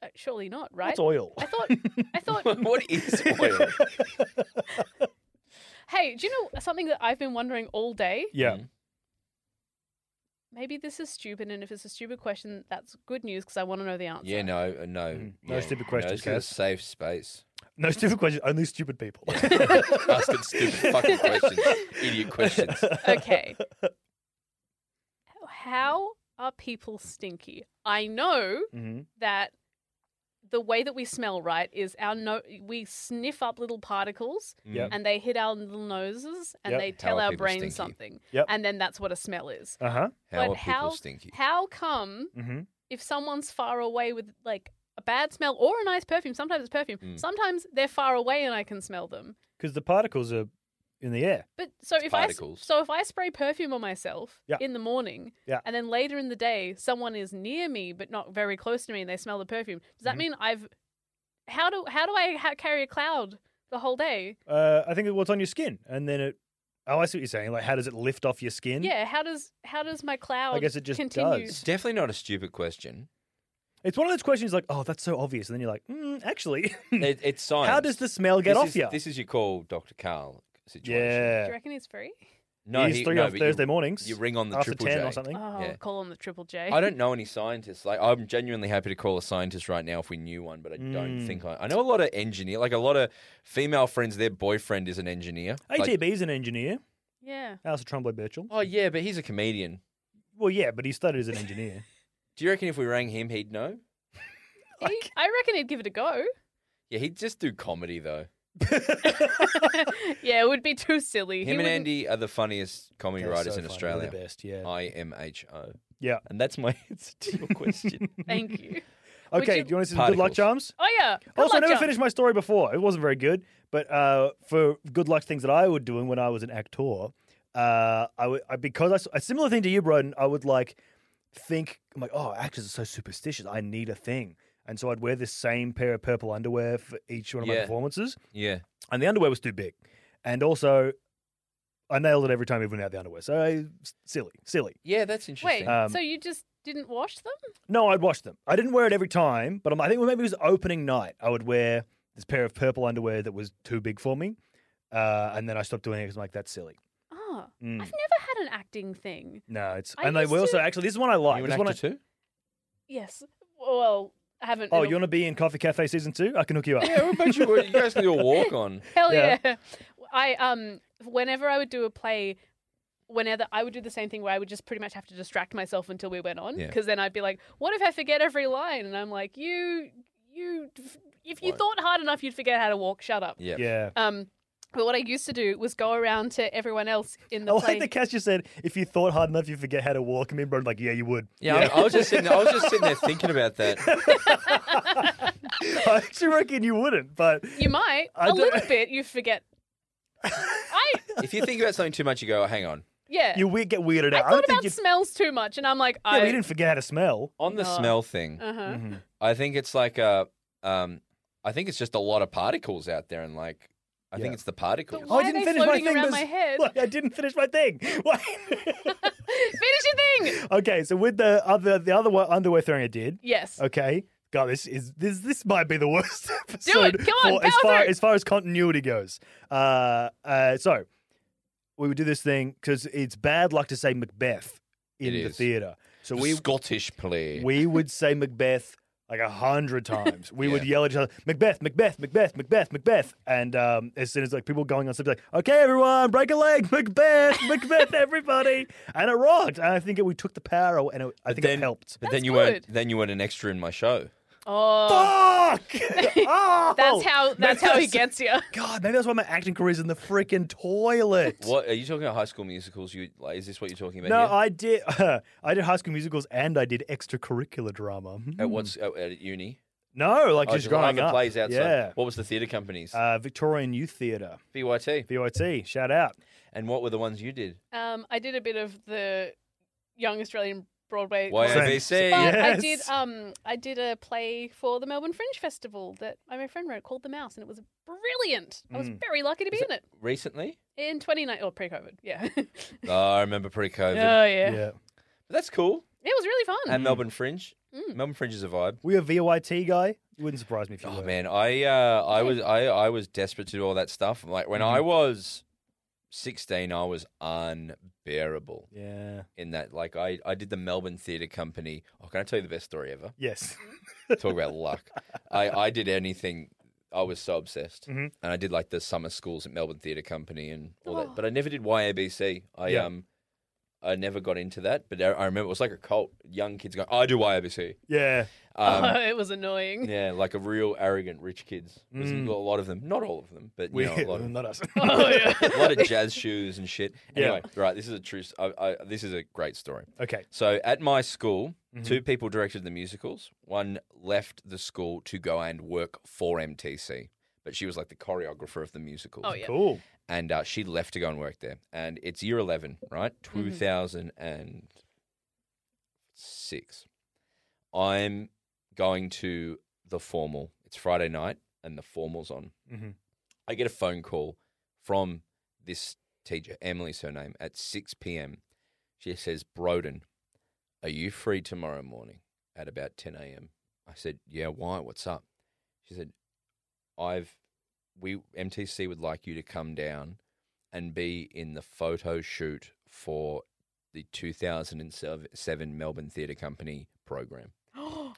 uh, surely not, right? what's oil? I thought, I thought. what is oil? hey, do you know something that I've been wondering all day? yeah. Mm. Maybe this is stupid, and if it's a stupid question, that's good news because I want to know the answer. Yeah, no, uh, no, Mm. yeah. No stupid questions, this is a Kaz. safe space. No stupid questions. Only stupid people. Asking stupid fucking questions, idiot questions. Okay. How are people stinky? I know Mhm. that the way that we smell, right, is our no we sniff up little particles Yep. Mm. and they hit our little noses and Mm-hmm. Yep. they How tell are our people brain stinky? something. Yep. And then that's what a smell is. Uh huh. How but are people how stinky? how come Mm-hmm. if someone's far away with like a bad smell or a nice perfume, sometimes it's perfume. Mm. Sometimes they're far away and I can smell them. Because the particles are in the air. But so if particles. I so if I spray perfume on myself Yeah. in the morning, Yeah. and then later in the day someone is near me but not very close to me and they smell the perfume, does Mm-hmm. that mean I've how do how do I ha- carry a cloud the whole day? Uh, I think what's on your skin, and then it. Oh, I see what you're saying. Like, how does it lift off your skin? Yeah, how does how does my cloud? guess it just continue? does. It's definitely not a stupid question. It's one of those questions like, oh, that's so obvious, and then you're like, mm, actually, It, it's science. how does the smell get this off is, you? This is your call, Dr. Carl situation. Do you yeah. reckon he's free? No, He's he- three no, on but Thursday you, mornings You ring on the after triple ten J. or something. Oh, Yeah. call on the triple J. I don't know any scientists. Like I'm genuinely happy to call a scientist right now if we knew one, but I don't Mm. think I. I know a lot of engineer, like a lot of female friends. Their boyfriend is an engineer. Like- ATB's an engineer. Yeah. Alistair Trombley Birchall. oh yeah, but he's a comedian. Well, yeah, but he started as an engineer. Do you reckon if we rang him, he'd know? He- I reckon he'd give it a go. Yeah, he'd just do comedy though. yeah, it would be too silly. He Him and wouldn't- Andy are the funniest comedy They're writers so in funny. They're Australia. The best, yeah. I M H O, yeah. and that's my answer to your question. Thank you. Would Okay, you- do you want to see some good luck Particles. charms? Oh yeah. Good also, I luck, never John. finished my story before. It wasn't very good, but uh, for good luck things that I would doing when I was an actor, uh, I would I, because I s- a similar thing to you, Broden. I would like think I'm like, oh, actors are so superstitious. I need a thing, and so I'd wear this same pair of purple underwear for each one of Yeah. my performances, yeah, and the underwear was too big, and also I nailed it every time, even without the underwear. So I, silly, silly. yeah, that's Wait, interesting. Um, so you just didn't wash them? No, I'd wash them. I didn't wear it every time, but I'm, I think maybe it was opening night. I would wear this pair of purple underwear that was too big for me, uh, and then I stopped doing it because I'm like, that's silly. Oh, Mm. I've never had an acting thing. No, it's I and they used were also to- actually this is one I Are like. you an This one actor I, too? Yes. Well, I haven't. oh, in a- you want to be in Coffee Cafe season two? I can hook you up. Yeah, what about you? You guys can do a walk on. Hell Yeah. yeah. I um, whenever I would do a play, whenever I would do the same thing where I would just pretty much have to distract myself until we went on, Yeah. because then I'd be like, "What if I forget every line?" And I'm like, "You, you, if you Why? thought hard enough, you'd forget how to walk. Shut up." Yeah, yeah. Um, but what I used to do was go around to everyone else in I the play. like the cast just said, if you thought hard enough, you forget how to walk. And me and Brendan like, yeah, you would. Yeah, I, I was just sitting. I was just sitting there thinking about that. I actually reckon you wouldn't, but you might I a don't- little bit. You forget. I If you think about something too much, you go, "Hang on." yeah. you would get weirded I out. thought don't about think you. smells too much, and I'm like, Yeah, I. but you didn't forget how to smell. On the No. smell thing, uh-huh. Mm-hmm. I think it's like a. Um, I think it's just a lot of particles out there, and like, I think Yeah. it's the particles. But Why Oh, I are didn't they finish my floating thing. around this- my head? Look, I didn't finish my thing. Why? Finish your thing. Okay, so with the other the other one, underwear throwing I did. Yes. Okay. God, this is this this might be the worst episode. Come on, for, as power far through. as far as continuity goes. Uh, uh, so we would do this thing because it's bad luck to say Macbeth in It the is. theater. So The we Scottish play. we would say Macbeth like a hundred times. We would Yeah. yell at each other, Macbeth, Macbeth, Macbeth, Macbeth, Macbeth. And um, as soon as like people going on stage, like, okay, everyone, break a leg, Macbeth, Macbeth, everybody. And it rocked. And I think it, we took the power away, and it, I think it helped. But then That's you weren't. good. Then you weren't an extra in my show. Oh, Fuck! oh! that's how. That's how he That's- gets you. God, maybe that's why my acting career's in the freaking toilet. What are you talking about? High School Musicals? You like? Is this what you're talking about? No, here? I did. I did high school musicals and I did extracurricular drama. Mm-hmm. At Mm. what's at, at uni? No, like Oh, just growing other up. plays outside. Yeah. What was the theatre companies? Uh, Victorian Youth Theatre. VYT. VOT, shout out. And what were the ones you did? Um, I did a bit of the Young Australian Broadway. YABC. Same. But I Yes. did. Um, I did a play for the Melbourne Fringe Festival that my friend wrote called The Mouse, and it was brilliant. I was very lucky to be in Mm. it Recently? in 29 or pre-COVID. Yeah. oh Oh, I remember pre-COVID. yeah. Yeah. But that's cool. It was really fun. And Melbourne Fringe. Melbourne Fringe is a vibe. Were you a VOT guy? It wouldn't surprise me if you Oh were. man, I uh, I was I, I was desperate to do all that stuff. Like when I was sixteen, I was unbearable Yeah. in that. Like I, I did the Melbourne Theatre Company. Oh, can I tell you the best story ever? Yes. Talk about luck. I, I did anything. I was so obsessed, Mhm. and I did like the summer schools at Melbourne Theatre Company and all that. But I never did YABC. I Yeah. um, I never got into that, but I, I remember it was like a cult. Young kids going, I do IBC. Yeah. Um, oh, it was annoying. Yeah, like a real arrogant rich kids. There's Mm. a lot of them. Not all of them, but you We, know, a lot of not us. Oh, yeah. a lot of jazz shoes and shit. Yeah. Anyway, right, this is a true. s- I, I, this is a great story. okay. So at my school, two people directed the musicals. One left the school to go and work for MTC, but she was like the choreographer of the musicals. Oh, yeah. Cool. And uh, she left to go and work there. And it's year eleven, right? Two thousand and six. I'm going to the formal. It's Friday night, and the formal's on. Mhm. I get a phone call from this teacher, Emily's her name, at 6 p.m. She says, Broden, are you free tomorrow morning at about 10 a.m.? I said, Yeah, why? What's up? She said, I've, we, MTC would like you to come down and be in the photo shoot for the 2007 Melbourne Theatre Company program.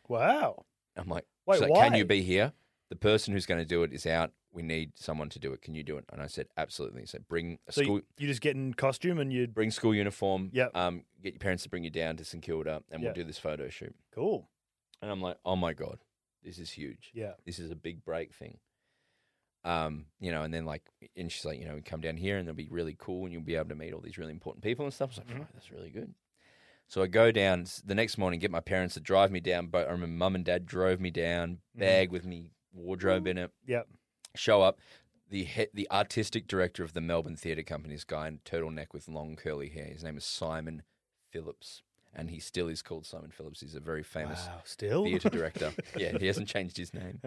Wow. I'm like, Wait, she's like, can why? you be here? The person who's going to do it is out. We need someone to do it. Can you do it? And I said, absolutely. He said, bring a So school, you, you just get in costume and you bring school uniform. Yep. Um, get your parents to bring you down to St Kilda, and Yeah. we'll do this photo shoot. cool. And I'm like, oh my god, this is huge. Yeah. This is a big break thing. Um, you know, and then like, and she's like, you know, come down here, and it'll be really cool, and you'll be able to meet all these really important people and stuff. I was like, "Right, that's really good. So I go down s- the next morning, get my parents to drive me down. But I remember mum and dad drove me down, bag with me, wardrobe in it Yep. show up. The he- the artistic director of the Melbourne Theatre Company's guy in turtleneck with long curly hair. His name is Simon Phillips, and he still is called Simon Phillips. He's a very famous Still. theatre director. yeah, he hasn't changed his name.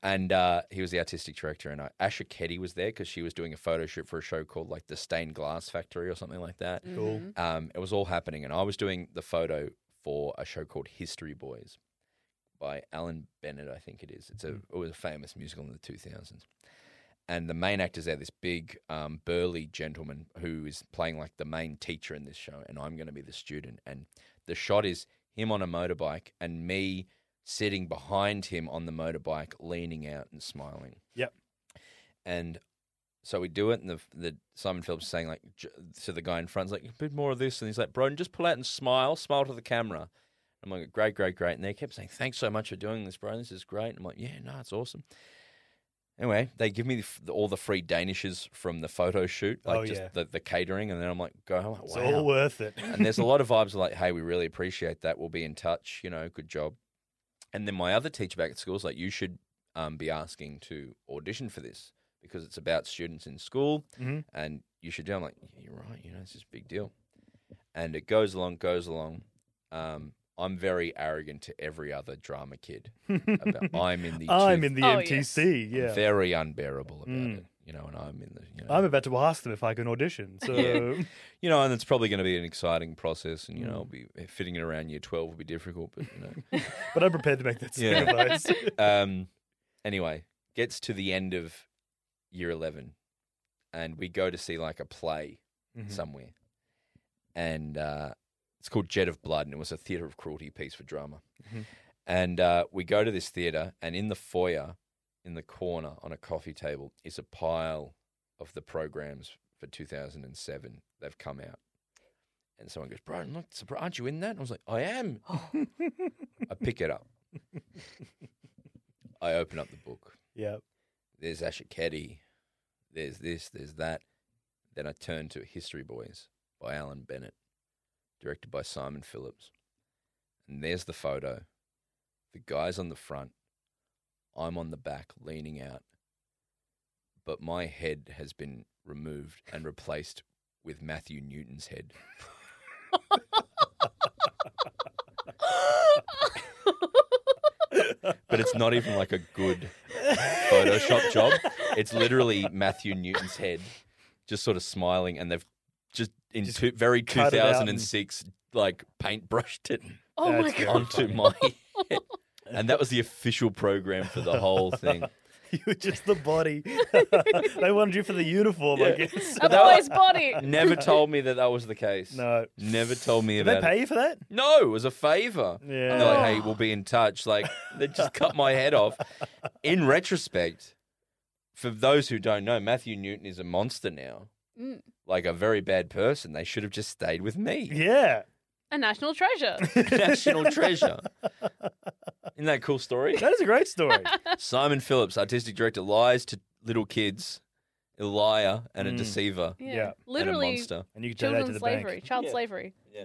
And uh, he was the artistic director. And I, Asha Ketty was there because she was doing a photo shoot for a show called like the Stained Glass Factory or something like that. Cool. Um, it was all happening, and I was doing the photo for a show called History Boys by Alan Bennett, I think it is. It's a it was a famous musical in the two thousands, and the main actor's there, this big um, burly gentleman who is playing like the main teacher in this show, and I'm going to be the student. And the shot is him on a motorbike and me sitting behind him on the motorbike, leaning out and smiling Yep. and so we do it, and the the Simon Phillips is saying like j- to the guy in front's like a bit more of this, and he's like, "Bro, just pull out and smile, smile to the camera." I'm like, "Great, great, great," and they kept saying, "Thanks so much for doing this, bro. This is great." I'm like, "Yeah, no, it's awesome." Anyway, they give me the, f- the, all the free danishes from the photo shoot, like Oh, just yeah. the, the catering, and then I'm like, "Go home." It's wow. all worth it. and there's a lot of vibes like, "Hey, we really appreciate that. We'll be in touch. You know, good job." And then my other teacher back at school is like, "You should um, be asking to audition for this." because it's about students in school Mhm. and you should do. it. I'm like, yeah, you're right, you know, it's this big deal. And it goes along, goes along. Um, I'm very arrogant to every other drama kid. About, I'm in the. I'm tooth- in the Oh, MTC. Yeah. Very unbearable about Mm. it, you know. And I'm in the. You know, I'm about to ask them if I can audition. So Yeah. you know, and it's probably going to be an exciting process, and you know, it'll be eh, fitting it around year twelve will be difficult, but you know. but I'm prepared to make that Yeah. sacrifice. um, anyway, gets to the end of year 11 and we go to see like a play somewhere. And uh, it's called Jet of Blood and it was a theatre of cruelty piece for drama. And uh, we go to this theatre and in the foyer, in the corner on a coffee table, is a pile of the programs for 2007. They've come out. And someone goes, Brian, look, surpri- aren't you in that? And I was like, I am. I pick it up. I open up the book. yeah. There's Ashiketti. There's this, there's that. Then I turn to History Boys by Alan Bennett, directed by Simon Phillips. And there's the photo. The guy's on the front. I'm on the back, leaning out. But my head has been removed and replaced with Matthew Newton's head. but it's not even like a good Photoshop job. It's literally Matthew Newton's head, just sort of smiling, and they've just in Just two, very cut it out and- 2006 like paintbrushed it oh my That's god. good. onto my head, and that was the official program for the whole thing. You were just the body. they wanted you for the uniform, I Yeah. guess. A boy's body. Never told me that that was the case. No. never told me Did about they pay it. you for that? No, it was a favor. Yeah. And they're like, hey, we'll be in touch. Like, they just cut my head off. In retrospect, for those who don't know, Matthew Newton is a monster now. like a very bad person. They should have just stayed with me. Yeah. A national treasure. National treasure. Isn't that a cool story? That is a great story. Simon Phillips, artistic director, lies to little kids, a liar and a Mm. deceiver Yeah. Yeah. and a Literally, monster. and you can take that to children the slavery, bank. child Yeah. slavery.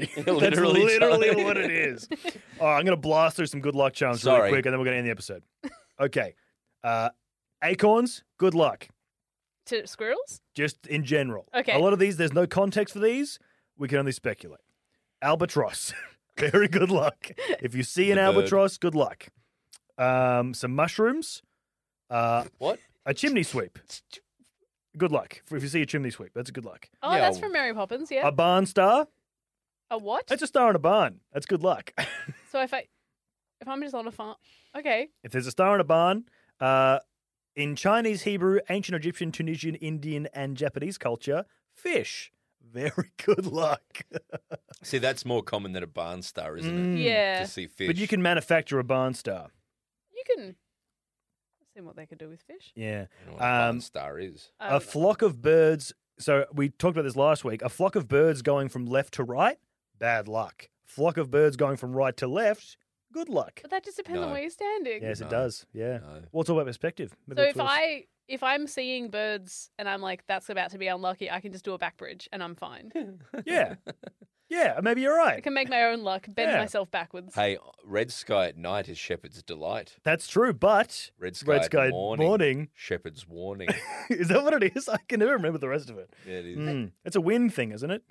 Literally, That's literally Charlie. what it is. All right, I'm going to blast through some good luck charms really Sorry. quick, and then we're going to end the episode. Okay. Uh, acorns, good luck. To squirrels? Just in general. Okay. A lot of these, there's no context for these. We can only speculate. Albatross, very good luck. If you see an The bird. albatross, good luck. Um, some mushrooms, uh, What? a chimney sweep. Good luck. If you see a chimney sweep, that's a good luck. Oh, Yeah. that's from Mary Poppins, yeah. A barn star, a what? that's a star in a barn. That's good luck. so if I if I'm just on a farm Okay. If there's a star in a barn, uh, in Chinese, Hebrew, ancient Egyptian, Tunisian, Indian, and Japanese culture, fish. Very good luck. See, that's more common than a barn star, Hmm, isn't it? Mm, Yeah. To see fish. But you can manufacture a barn star. You can see what they could do with fish. Yeah. I don't know what a barn um, star is. I A don't know. flock of birds. So we talked about this last week. A flock of birds going from left to right, bad luck. Flock of birds going from right to left, good luck. But that just depends on No. where you're standing. Yes, it No. does. Yeah. No. Well, it's all about perspective. Maybe So that's if what it's- I if I'm seeing birds and I'm like, that's about to be unlucky, I can just do a back bridge and I'm fine. Yeah. Yeah, maybe you're I right. can make my own luck, bend Yeah. myself backwards. Hey, red sky at night is shepherd's delight. That's true, but Red sky, red sky at morning, morning Shepherd's warning. is that what it is? I can never remember the rest of it. Yeah, it is. Mm. It's a wind thing, isn't it?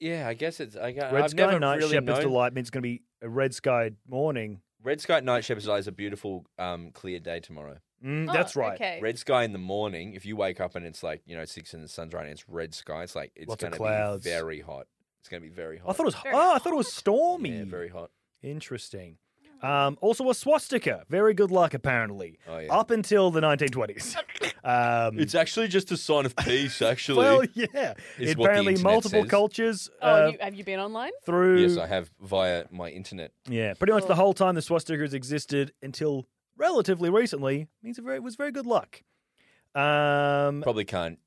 Yeah, I guess it's. I, got- Red Uh, I've sky never night, really shepherd's known. delight means it's going to be a red sky morning. Red sky at night, shepherd's delight is a beautiful, um, clear day tomorrow. Mm, Oh, that's right. Okay. Red sky in the morning. If you wake up and it's like you know six and the sun's right and it's red sky, it's like it's Lots of going to clouds. be very hot. It's going to be very hot. I thought it was. Very oh, I thought it was stormy. yeah, very hot. Interesting. Um, also, a swastika. Very good luck, apparently. Oh, yeah. Up until the 1920s. um, It's actually just a sign of peace. Actually, well, is yeah. what the apparently, internet multiple says. cultures Oh, uh, you, have you been online? through. yes, I have via my internet. Yeah, pretty much the whole time the swastika has existed until relatively recently means it very- was very good luck. Um, Probably can't.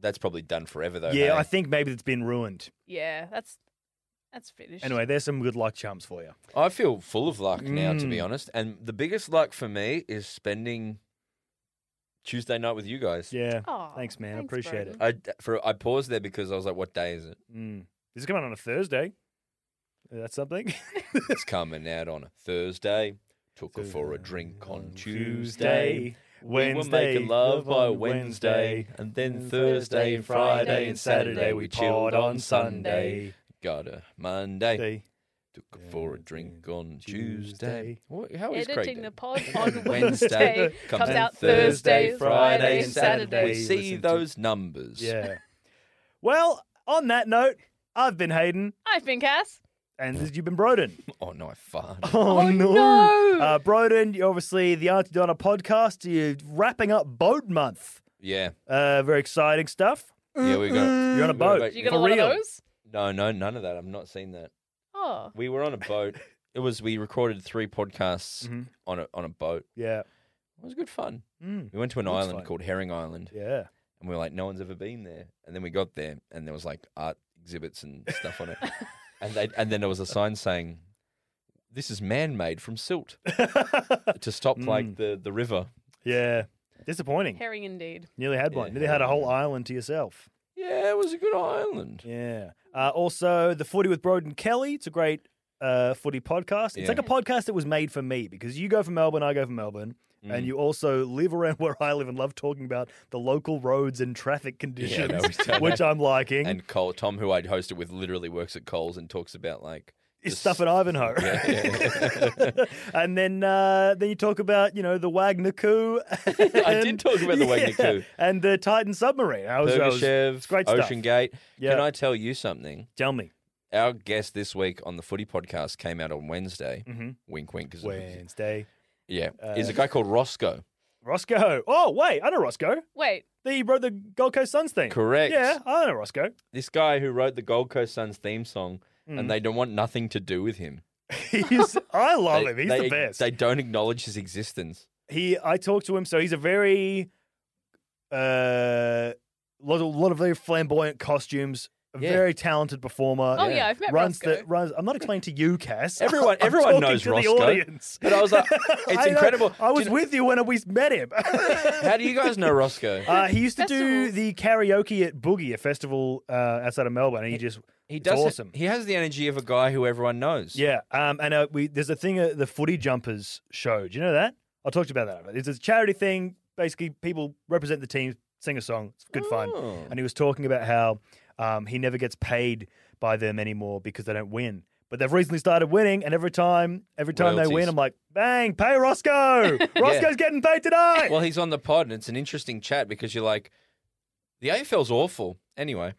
That's probably done forever though. yeah, hey? I think maybe it's been ruined. Yeah, that's that's finished. Anyway, there's some good luck charms for you. I feel full of luck now, to be Mm. honest. And the biggest luck for me is spending Tuesday night with you guys. Yeah, Aw, thanks, man. I thanks, appreciate Broden. I for I paused there because I was like, "What day is it?" it. Mm. This is coming out on a Thursday. That's something. It's coming out on a Thursday. Took her for a drink on Tuesday. Tuesday, We were making love by Wednesday, and then Thursday, Friday, and Saturday we chilled on Sunday. Got a Monday. Day. Took her for a drink on Tuesday. What, how is Craig? Editing the doing? pod on Wednesday Wednesday comes out Thursday, Friday, and Saturday. We see Listen to- those numbers. Yeah. well, on that note, I've been Hayden, I've been Cass. and this, you've been Broden. Oh no, I farted. Oh, no. no. Uh, Broden, you're obviously the Auntie Donna podcast. You're wrapping up boat month. Yeah, Uh, very exciting stuff. yeah, we got. You're on a we boat. Did you yeah. get a For lot real. of those? No, no, none of that. I've not seen that. Oh, We were on a boat. It was we recorded three podcasts Mhm. on a on a boat. Yeah. It was good fun. Mm. We went to an Looks island fun. called Herring Island, Yeah. and we were like, no one's ever been there. And then we got there, and there was like art exhibits and stuff on it, and they, and then there was a sign saying, "This is man made from silt," to stop Mm. like the the river. Yeah. Disappointing. herring indeed. Nearly had one. Yeah. Nearly had a whole island to yourself. Yeah, it was a good island. Yeah. Uh, also, the footy with Broden Kelly. It's a great uh, footy podcast. It's Yeah. like a podcast that was made for me because you go from Melbourne, I go from Melbourne, Mm. and you also live around where I live and love talking about the local roads and traffic conditions, no, we've done which that. I'm liking. And Cole, Tom, who I'd hosted with, literally works at Coles and talks about like is just- stuff at Ivanhoe. Yeah, and then uh, then you talk about, you know, the Wagner coup. I did talk about the Wagner coup. And the Titan submarine. I was, I was- Bergashev, it's great Ocean stuff. Gate. Yeah. Can I tell you something? Tell me. Our guest this week on the Footy Podcast came out on Wednesday. Mhm. Wink, wink. 'cause of- Wednesday. yeah, Uh, is a guy called Roscoe. Roscoe. Oh, wait. I know Roscoe. Wait, He wrote the Gold Coast Suns thing. Correct. Yeah, I know Roscoe. This guy who wrote the Gold Coast Suns theme song, and they don't want nothing to do with him. He's, I love they, him. Oh, He's they- the best. They don't acknowledge his existence. he, I talked to him, so he's a very uh, lot, a lot of very flamboyant costumes. A Yeah. very talented performer. Oh, Yeah. yeah, I've met runs Roscoe. The, runs. I'm not explaining to you, Cass. Everyone- I'm everyone talking knows to Roscoe. The audience. But I was like, it's I know. incredible. I was Did- with you when we met him. How do you guys know Roscoe? Uh, he used to do Festivals. the karaoke at Boogie, a festival uh, outside of Melbourne. And he just he it's does. it- awesome. He has the energy of a guy who everyone knows. Yeah, um, and uh, we there's a thing uh, the Footy Jumpers show. Do you know that? I'll talk to you about that. It's a charity thing. Basically, people represent the team, sing a song. It's good fun. Oh. And he was talking about how um, he never gets paid by them anymore because they don't win. But they've recently started winning, and every time, every time they Royalties. win, I'm like, bang, pay Roscoe. Roscoe's getting paid tonight. Well, he's on the pod, and it's an interesting chat because you're like, the AFL's awful. Anyway,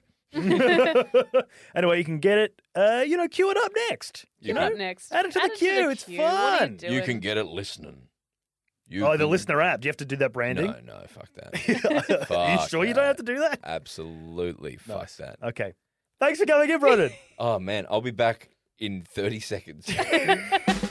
anyway, you can get it. Uh, you know, queue it up next. you Up can, next. Add it to the queue, it's What are fun. you you doing? can get it listening. You oh, the can- listener app. Do you have to do that branding? No, no, fuck that. Are you Fuck Uh, sure you don't that. have to do that? Absolutely, fuck Nice. that. Okay. Thanks for coming in, Brendan. Oh man, I'll be back in 30 seconds.